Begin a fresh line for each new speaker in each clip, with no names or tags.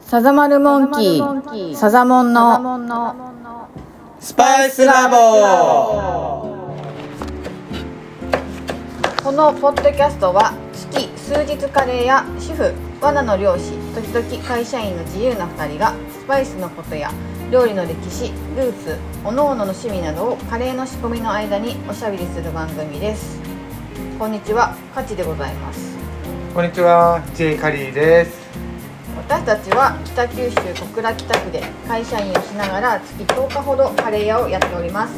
サザマルモンキー、サザモンの、
スパイスラボ
このポッドキャストは、月数日カレーや主婦、罠の漁師、時々会社員の自由な2人が、スパイスのことや、料理の歴史、ルーツ、各々の趣味などをカレーの仕込みの間におしゃべりする番組です。こんにちは、カチでございます。
こんにちは J カリーです
私たちは北九州小倉北区で会社員をしながら月10日ほどカレー屋をやっております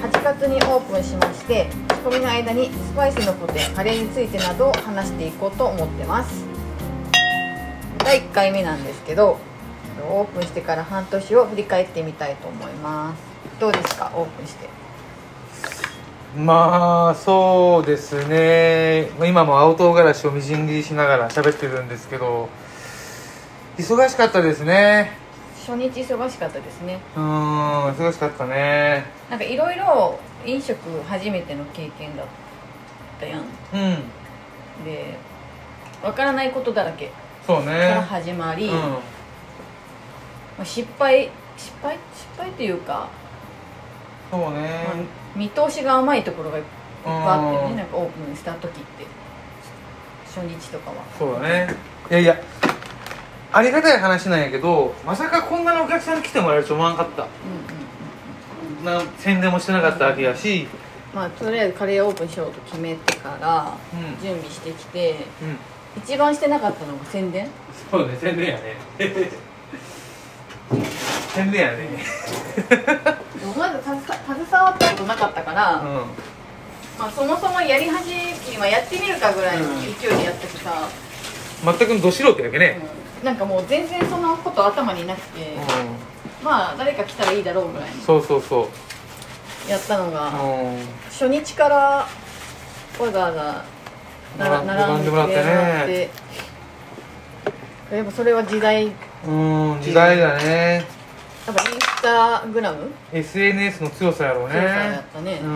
8月にオープンしまして仕込みの間にスパイスのことやカレーについてなどを話していこうと思ってます第1回目なんですけどオープンしてから半年を振り返ってみたいと思いますどうですかオープンして
まあそうですねまあ今も青唐辛子をみじん切りしながら喋ってるんですけど忙しかったですね
初日忙しかったですね
うーん忙しかったね
なんかいろいろ飲食初めての経験だったやん
うん
でわからないことだらけ
そう
から
ね
始まり、
う
ま
ん
あ失敗失敗失敗っていうか、
そう
ま
ね
あ見通しが甘いところがいっぱいあって
う
ね
ん
なんかオープンした時って初日とかは
そうだねいやいやありがたい話なんやけどまさかこんなにお客さんに来てもらえると思わんかった
うんうん
な宣伝もしてなかったわけやし
まあとりあえずカレーオープンしようと決めてから
うん
準備してきて
うん
一番してなかったのが宣伝
そうね、宣伝やね。 宣伝やね。
まず携携わったことなかったから、
う
まあ、そもそもやり始め今やってみるかぐらいの勢いでやったしさ、
ん。全くど素人やけね。
うんなんかもう全然そのこと頭になくて、
う
まあ誰か来たらいいだろうぐらい
ん。そうそうそう。
やったのが、
う
初日からわざわざなら並
並
ん
ん
で
で
く
も
れ
ら
っ
ってね
てやっぱそれは時代やっ
ん。うん、時代だね。
ぱインスタグラム
SNS の強さやろう
強さや
ね
っ。たね、
う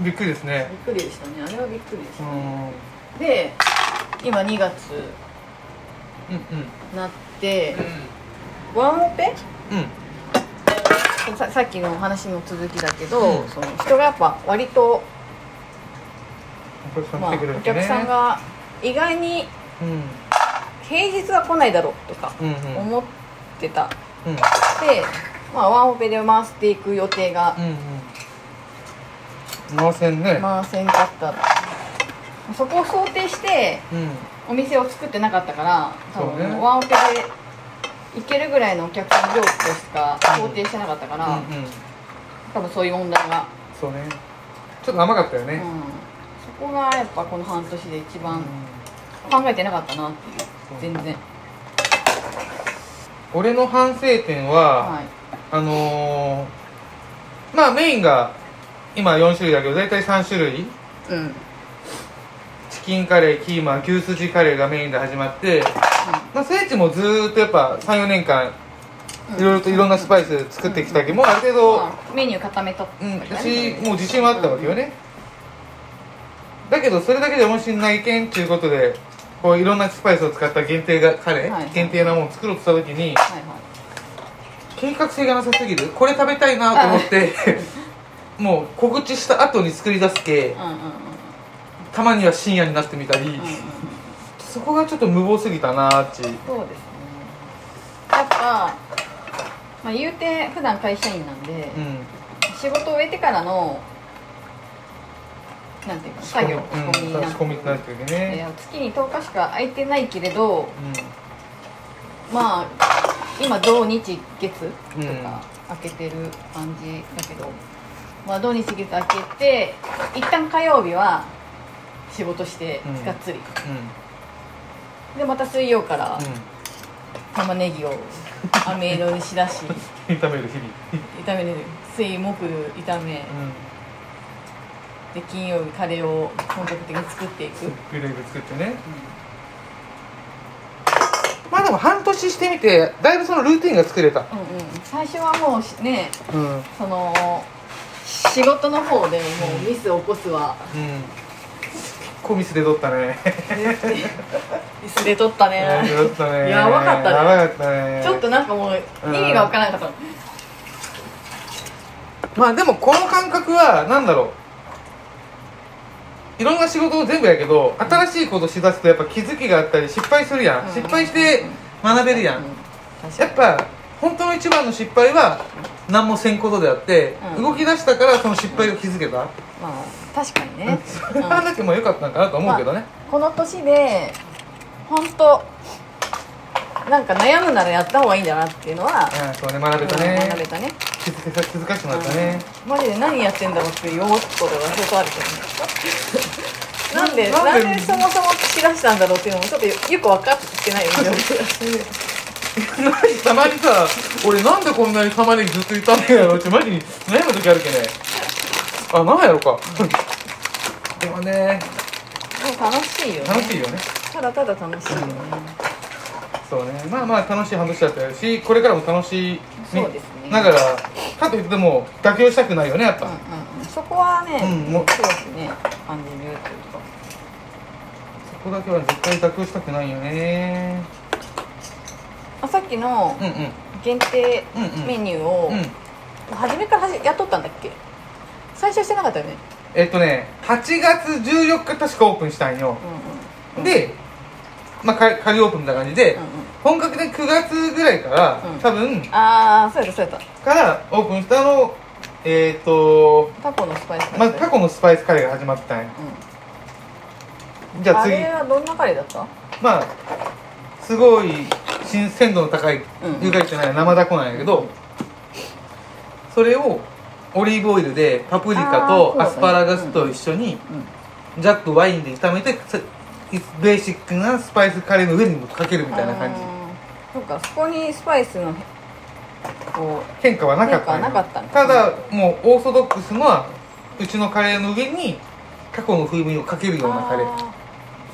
ん。びっくりですね
び。っくりでしたねあれはびっくりでし
う
た、
ん。
で今2月
うん
なって
うん。
ワンオペ
うん。
ささっきのお話の続きだけど、
うん
その人がやっぱ割と、
お客さん
まあ、
来てくれる
お
しね
客さん。が意外に
うん。
平日は来ないだろうとか
うんうん。
思ってた、
うん。
で、まあ、ワンオペで回していく予定が
うんうん。回せんね。
回せんかった、そこを想定して
うん。
お店を作ってなかったから多分
そうね
ワンオペで行けるぐらいのお客さん量としか想定してなかったから、
うんうん。
多分そういう問題が、
そうね。ちょっと甘かったよ
うん
ね。、
そこがやっぱこの半年で一
う
番
ん
考えてなかったなっていう全然
俺の反省点は、
はい
あのーまあメインが今4種類だけど大体3種類
うん、うん、
チキンカレーキーマ牛すじカレーがメインで始まって、まあ、聖地もずーっとやっぱ34年間いろいろといろんなスパイス作ってきたけどもうある程度、
まあメニュー固めとった
うん、
から
私もう自信はあったわけよね、だけどそれだけでもしんないけんっていうことでこういろんなスパイスを使った限定がカレー、
はい
限定なものを作ろうとした時に
はいはい
計画性がなさすぎるこれ食べたいなと思ってもう告知した後に作り出すけ
うんうんうん
たまには深夜になってみたり、
うんうん
そこがちょっと無謀すぎたなーっち
そうですねやっぱ、まあ、言うて普段会社員なんで、
う
仕事を終えてからのなんていうか
ん
作業
う
仕込み
ん
に
差
な
し
っ
込みになってる時
てい
ね
や月に10日しか空いてないけれど
う
まあ今土日月と
うん
か開けてる感じだけど、まあ土日月開けて一旦火曜日は仕事して
うん
がっつり、
ん
でまた水曜から
う
玉ねぎを飴色にしだし
ん、うん、炒める日々
炒める水木炒めで金曜日カレーを本格的に作っていく、
うんグレーブ作ってねまあでも半年してみてだいぶそのルーティンが作れた
うんうん、最初はもうしね
うんうん
その仕事の方でもうミスを起こすは
構ミスで取ったね
ミスで取ったね
ミスで取ったね
やばかったね
やばかったね
ちょっとなんかもう
うん
意味がわからなかったの
まあでもこの感覚はなんだろういろんな仕事を全部やけど新しいことしだすとやっぱ気づきがあったり失敗するやん、
うん
失敗して学べるやん、
うん確か
やっぱ本当の一番の失敗は何もせんことであって、
うん
動き出したからその失敗が気づけた、
にまあ確かにね、
それはだけも良かったのかなと思うけどね、
この年で本当なんか悩むならやった方がいいんだなっていうのは
うんそうね学べた
うん学べ
ね
たね
気づか気づかしてもらったね、
うんマジで何やってんだろうっていうよーっとが相当あるけどね なんで
な
なん
で
んでそもそも聞き出したんだろうっていうのもちょっとよく分かってないよね
たまにさ俺なんでこんなに玉ねぎずっと言ったんだろうってマジに悩む時あるけねあなんやろかでもね
でも楽しいよね
楽しいよね
ただただ楽しいよね、
そうねまあまあ楽しい半年だったよしこれからも楽しい
そうですね
ながらかといっても妥協したくないよねやっぱ、
うんうんうん、そこはね、
うんもう
そうですね感じるというか
そこだけは絶対妥協したくないよね
あさっきの
うんうん
限定
うんうん
メニューを、
うん
初めからはじやっとったんだっけ最初してなかったよね、
えっとね8月14日確かオープンしたんよ
うんうん、うん
でまあ仮仮オープンみたいな感じで、
うんうん
本格的に9月ぐらいから、
うん
多分
ああそうやったそうやっ
からオープンしたのえっ、ー、と
たタコのスパイスカレー
まずタコのスパイスカレーが始まったんや
う
じゃ
ん、
あ
あ
次
れはどんなカレーだった
まあすごい新鮮度の高い
うん
湯がいじゃない生ダコなんやけどそれをオリーブオイルでパプリカ
あーそう
と
だ
ア
ね
スパラガスと一緒に
うん
ジャックワインで炒めてさベーシックなスパイスカレーの上にもかけるみたいな感じ
じそうかそこにスパイスのこ
変化はなかったん
変
や
化はなかったんだ
ただもうオーソドックスのはうちのカレーの上にタコの風味をかける
う
ようなカレー
あー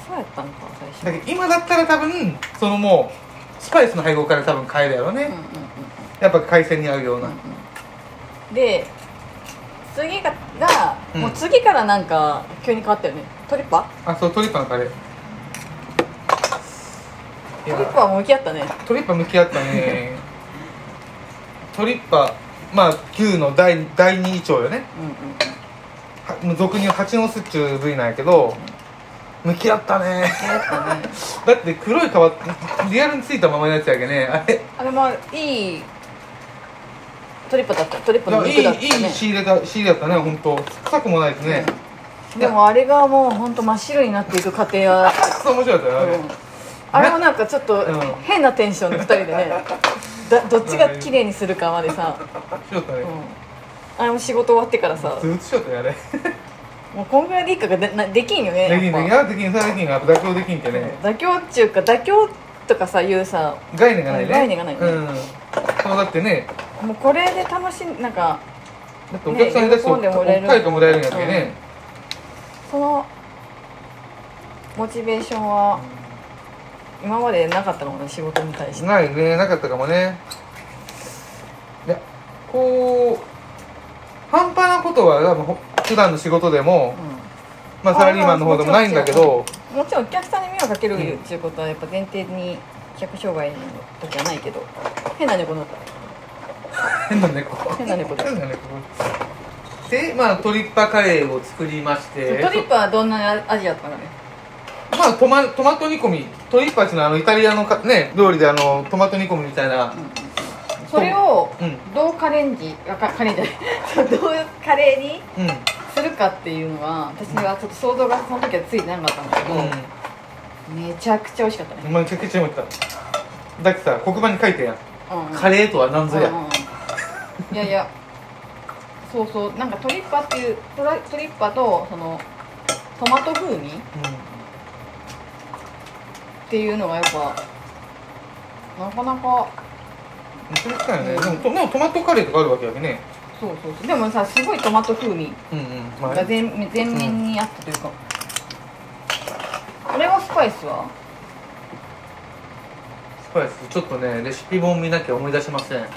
そうやったのか最初
だけど今だったら多分そのもうスパイスの配合から多分変えるやろうね、
うんうん
やっぱ海鮮に合うような、
うんうんで次がが、
うん
もう次からなんか急に変わったよねトリッパ
あそうトリッパのカレーい
トリ
や
ッパはもう向き合ったね
トリッパ向き合った ねトリッパまあ牛の第第二胃腸よ
うん
ね
うんうん
はもう俗に言う蜂の巣っちゅう部位なんやけど向き合ったね
やったね
だって黒い皮リアルについたままのやつやけねあれ
あれもいいトリッパだったトリッパ
い
の
やいい
肉だったね
いい仕入れだ仕入れだったね本当臭くもないですね、
でもあれがもうほんと真っ白になっていく過程は、
そう面白かったよあれ、
うんあれもなんかちょっと
うん
変なテンションで2人でねだどっちが綺麗にするかまでさ、
しよった
うん
ね、
あれも仕事終わってからさ
ずっとしよったよあれ
もうこんぐらいでいいかがでなできんよね
できんね
やっ
やできんさできんが妥協できんけ
ぱ
ね
妥協っちゅうか妥協とかさ言うさ
概念がないね
概念がないね
うんそうだってね
もうこれで楽しんなんか
だってお客さんに出して
ね喜んでもらえる
おっかいともらえるんやけね、
そのモチベーションは今までなかったのかな仕事に対して
ないねなかったかもねいやこう半端なことは多分ほ普段の仕事でも、まあ、サラリーマンの方でもないんだけど
もちろんお客さんに迷惑かけるっていうことはやっぱ前提に客商売の時はないけど変な猫だった
変な猫
変な猫だ
変な猫でまあトリッパカレーを作りまして
トリップはどんな味だったかね
まあトマトマト煮込みトリッパっていうのはあのイタリアのかね料理であのトマト煮込みみたいな、
それを
うん
どうカレンジあかカレンジじゃない どうカレーに
うん
するかっていうのは私にはちょっと想像がその時はついてなかったんだけど、
う
めちゃくちゃ美味しかったね、
んめちゃくちゃ思っただってさ黒板に書いてやん
うんうん
カレーとは何ぞや、
うんうんうんいやいやそうそうなんかトリッパっていうトラトリッパとそのトマト風味っていうのがやっぱなかなか
めちゃくちゃやね、
うん
でもとでもトマトカレーとかあるわけやけね
そうそうそうでもさすごいトマト風味
うんうんまあ
が全,、全面にあったというか、これはスパイスは
スパイスちょっとねレシピ本見なきゃ思い出しません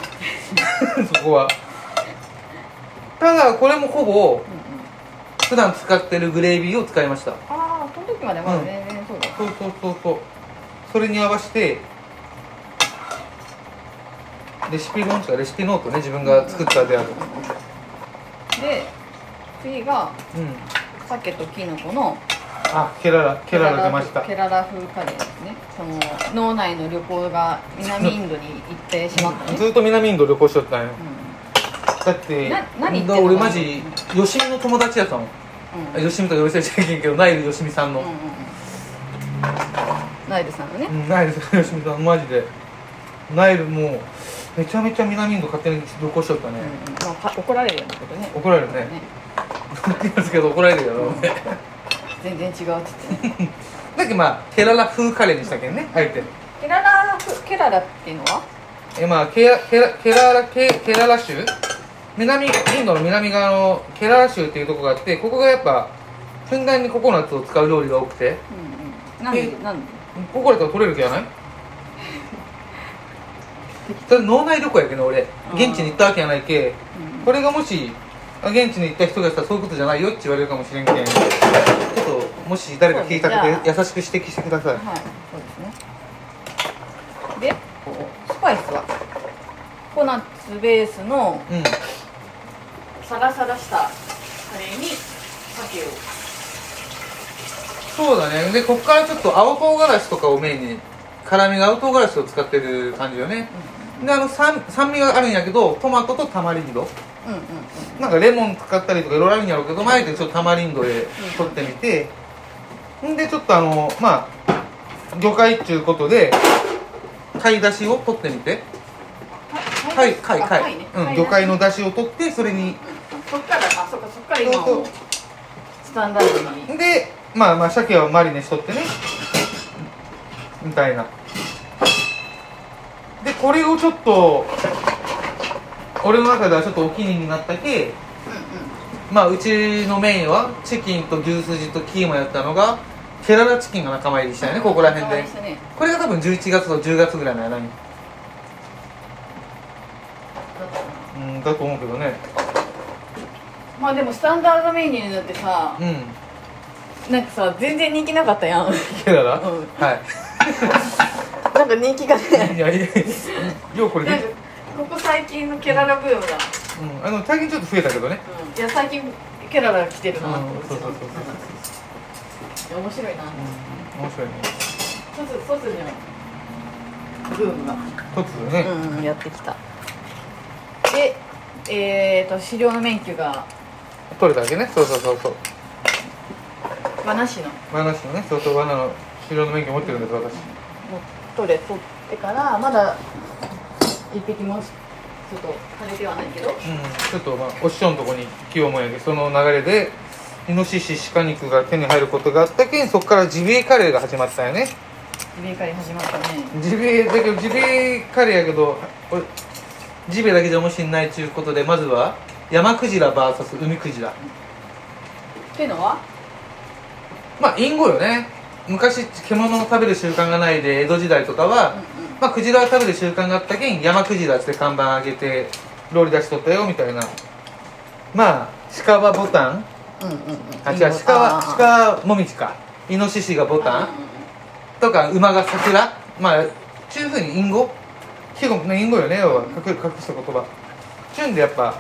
そこはただこれもほぼ
うんうん
普段使ってるグレービーを使いました
ああ本時までまだ全然そうだよ、
そうそうそうそうそれに合わせてレシピ本とかレシピノートね自分が作ったである
で次が
うん
鮭とキノコの
あケララケララ出ました
ケララ風カレーですねその脳内の旅行が南インドに行ってしまったね、
ずっと南インド旅行しとったんよだって
な何言ってんの
だ俺マジ吉見の友達やったもん
うん
あ吉見とか呼び捨てちゃいけんけどナイル吉見さんの
うんうんうんうんナイルさんのね
うんナイル吉見さんマジでナイルもうめちゃめちゃ南インド勝手に旅行しとったね
うん、まあか怒られるようなことね
怒られるね
ね
ですけど怒られるやろだ
全然違うって言ってね
けどまあケララ風カレーにしたけんねあえて
ケララふケララっていうのは
えまあケラケラケララケケララ州南インドの南側のケララ州っていうとこがあってここがやっぱふんだんにココナッツを使う料理が多くて
うんうんなんで
え
なんで
ココナッツが取れる気はないそれ脳内旅行やけど俺現地に行ったわけやないけ
うん
これがもしあ現地に行った人がしたらそういうことじゃないよって言われるかもしれんけんちょっともし誰か聞いた
そうね
こ
じ
と優しく指摘してください
はいそうですねでスパイスはココナッツベースの
うん
サラサラしたカレーに鮭を
そうだねでこっからちょっと青唐辛子とかをメインに辛味が青唐辛子を使ってる感じよね、であの酸酸味があるんやけどトマトとタマリンド
うんうんうん
なんかレモン使ったりとかいろいろあるんやろうけど前でちょっとタマリンドで取ってみてんでちょっとあのまあ魚介っていうことで貝出汁を取ってみて貝貝
あ
貝
ね
うん、魚介の
ね
出汁を取ってそれに
そっからあそっかそっから今
そう
も
そう
スタンダードに
でまあまあ鮭はマリネしとってねみたいなでこれをちょっと俺の中ではちょっとお気に入りになったけまあうちのメインはチキンと牛すじとキーマやったのがケララチキンが仲間入りしたよねここら辺で
したね
これが多分11月と10月ぐらいの間にうんだと思うけどね
まあでもスタンダードメニューだってさ
うん
なんかさ全然人気なかったやん なん
ケララ、
うん
は
か人気がね
いいやいやいやようこれ で
なんかここ最近のケララブームだ、
うん、あの最近ちょっと増えたけどね
うん、いや最近ケララ来てるな
うんそうそうそう
いや面白いな
うん面白いね
ソスソスじゃんブームが
突如ね、
うんやってきたでえー、と狩猟の免許が
取れたわけねそうそうそうそう
和なしのも
話のね相当罠の狩猟の免許持ってるんです私
う取れ取ってからまだ一匹もちょっと枯れてはないけど
うんちょっとまあお師匠のとこに行きようもんやけどその流れでイノシシ鹿肉が手に入ることがあったけんそこからジビエカレーが始まったよね
イベカリ始まったね
ジビエだけどジビエカレーやけどおジビエだけじゃもしんないちゅうことでまずは山クジラ VS 海クジラ
っていうのは
まあインゴよね昔獣を食べる習慣がないで江戸時代とかは、まあ、クジラを食べる習慣があったけん山クジラっつって看板上げてローリ出しとったよみたいなまあ鹿はボタン
うんうんうん
あ違う鹿は鹿はモミジかイノシシがボタンとか馬が桜まあちゅうふうにインゴ季語のインゴよね要は隠隠した言葉ちゅうんでやっぱ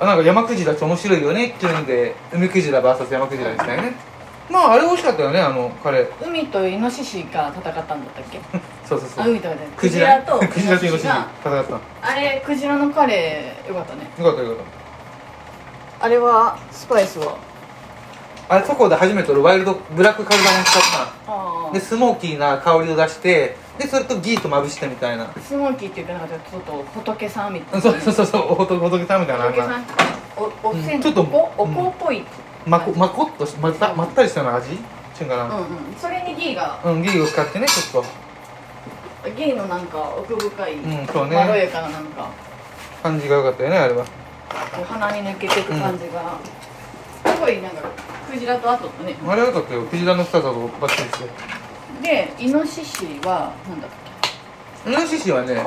あなんか山クジラって面白いよねっていうんで海クジラ VS 山クジラでしたよねまああれ美味しかったよねあのカレー
海とイノシシが戦ったんだったっけ
そうそうそ
あ
う
海とかじゃないクジラと
クジラとイノシシ
が
戦ったの
あれクジラのカレーよかったね
よかったよかっ
あれはスパイスは
たあれそこで初めて俺ワイルドブラックカルダモン使った
あ
ので
あ
スモーキーな香りを出してでそれとギーとまぶしてみたいな
スモーキーって言ってなかったちょっと仏さんみたいな
そうそうそうそうおと仏さんみたいなあん
仏さ
なん
おおせ
うん
ん
ちょっと
おこお
うん
こっぽい
まこまこっとしまったまったりしたような味ちゅうんか
うん
な
うんそれにギーが
うん、ギーを使ってねちょっと
ギーのなんか奥深い
うんそうね
まろやかななんか
感じが良かったよねあれは
こう鼻に抜けていく感じがすごいなんかクジラと後とね
あれは良かったよクジラの深さとバッチリして
でイノシシはなんだっ
イノシシはね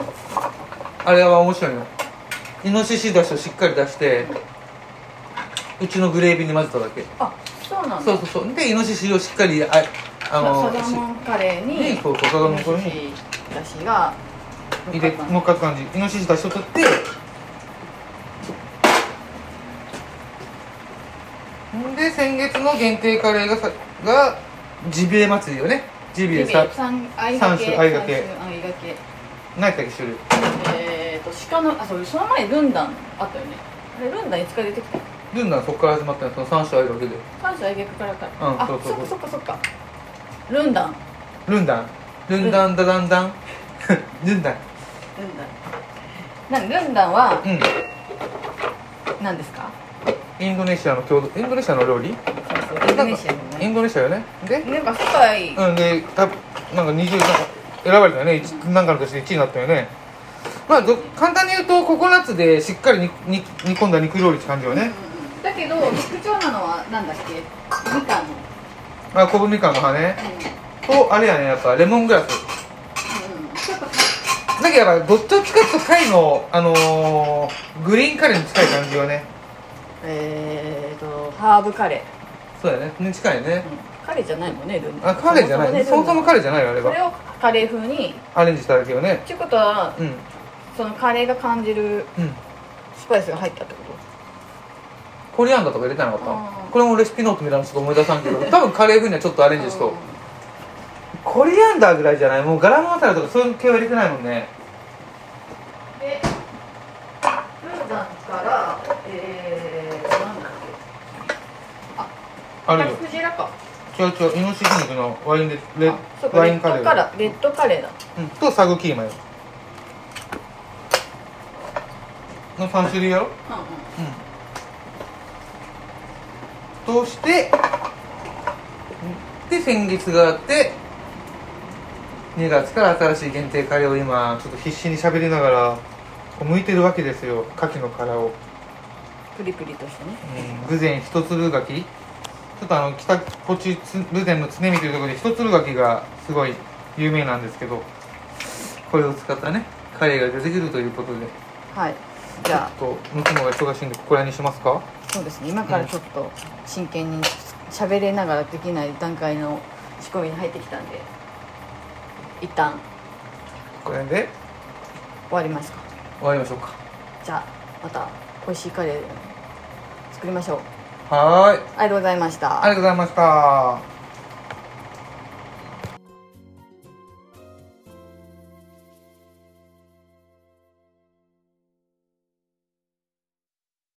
あれは面白いのイノシシだしをしっかり出してうちのグレービーに混ぜただけ
けあそうなんだ
そうそうそうでイノシシをしっかりああの
サザンカレーに
にこうサザンカレーに
イノシシだしが
入れ乗っかった感じイノシシ出しとってんで先月の限定カレーがさがジビエ祭りよねジビエさ
三愛がけ
三種あいが
三
け
種あいがけ
何やったっけ種類
えーと鹿のあそうその前ルンダンあったよねあれルンダンいつから出てきたの
ルンダンそこから始まったのその3種あるわけで
三種あいがけからか
うん
あ
そうそうそう
そっかそっかそっかルンダン
ルンダンルンダンダダンダン ルンダン
ルンダンなんルンダンは
うん
何ですか
インドネシアの郷土インドネシアの料理
そうそうインドネシアの
イ
ね
ンドネシアよねで
なんか世界
うんでたなんか20なんか選ばれたよね一なんかの年で1位になったよねまあど簡単に言うとココナッツでしっかりにに煮込んだ肉料理って感じよね、
だけど陸長なのはなんだっけみかんの
あ昆布みかんの葉ねとあれやねやっぱレモングラスだけどやっぱどっちを使うと貝のあのーグリーンカレーに近い感じよね
えーとハーブカレ
そうだよねね近いよね
ー、カレーじゃないもんねルンダン
あカレーじゃないそもそもカレーじゃないよあれ
それ
は
をカレー風に
アレンジしただけよね
っていうことは
うん
そのカレーが感じる
うん
スパイスが入ったってこと
コリアンダーとか入れてなかっ
あー
たこれもレシピノートみたいなのちょっと思い出さん けど多分カレー風にはちょっとアレンジしとうコリアンダーぐらいじゃないもうガラムマサラとかそういう系は入れてないもんね
でルンダンからえー、なんだっけ
あるよ
クジラか
違う違うイノシシ肉のワインでレ
あそうか
ワイ
レ
ン
ッ
カレ
ド
ー
カラーレッドカレーだ
うん、とサグキーマよの3種類やろうんとしてで先月があって2月から新しい限定カレーを今ちょっと必死に喋りながらこう剥いてるわけですよ牡蠣の殻を、
プリプリとしてね
うん、偶然一粒牡蠣ちょっとあの北こっち偶然の常見というところで一粒牡蠣がすごい有名なんですけどこれを使ったねカレーが出てくるということで
はいじゃあ
ちょっと向くのが忙しいんでここらにしますか
そうですね今からちょっと真剣に喋れながらできない段階の仕込みに入ってきたんで一旦
これで
終わりますか
終わりましょうか
じゃあまた美味しいカレー作りましょう
はーい
ありがとうございました
ありがとうございました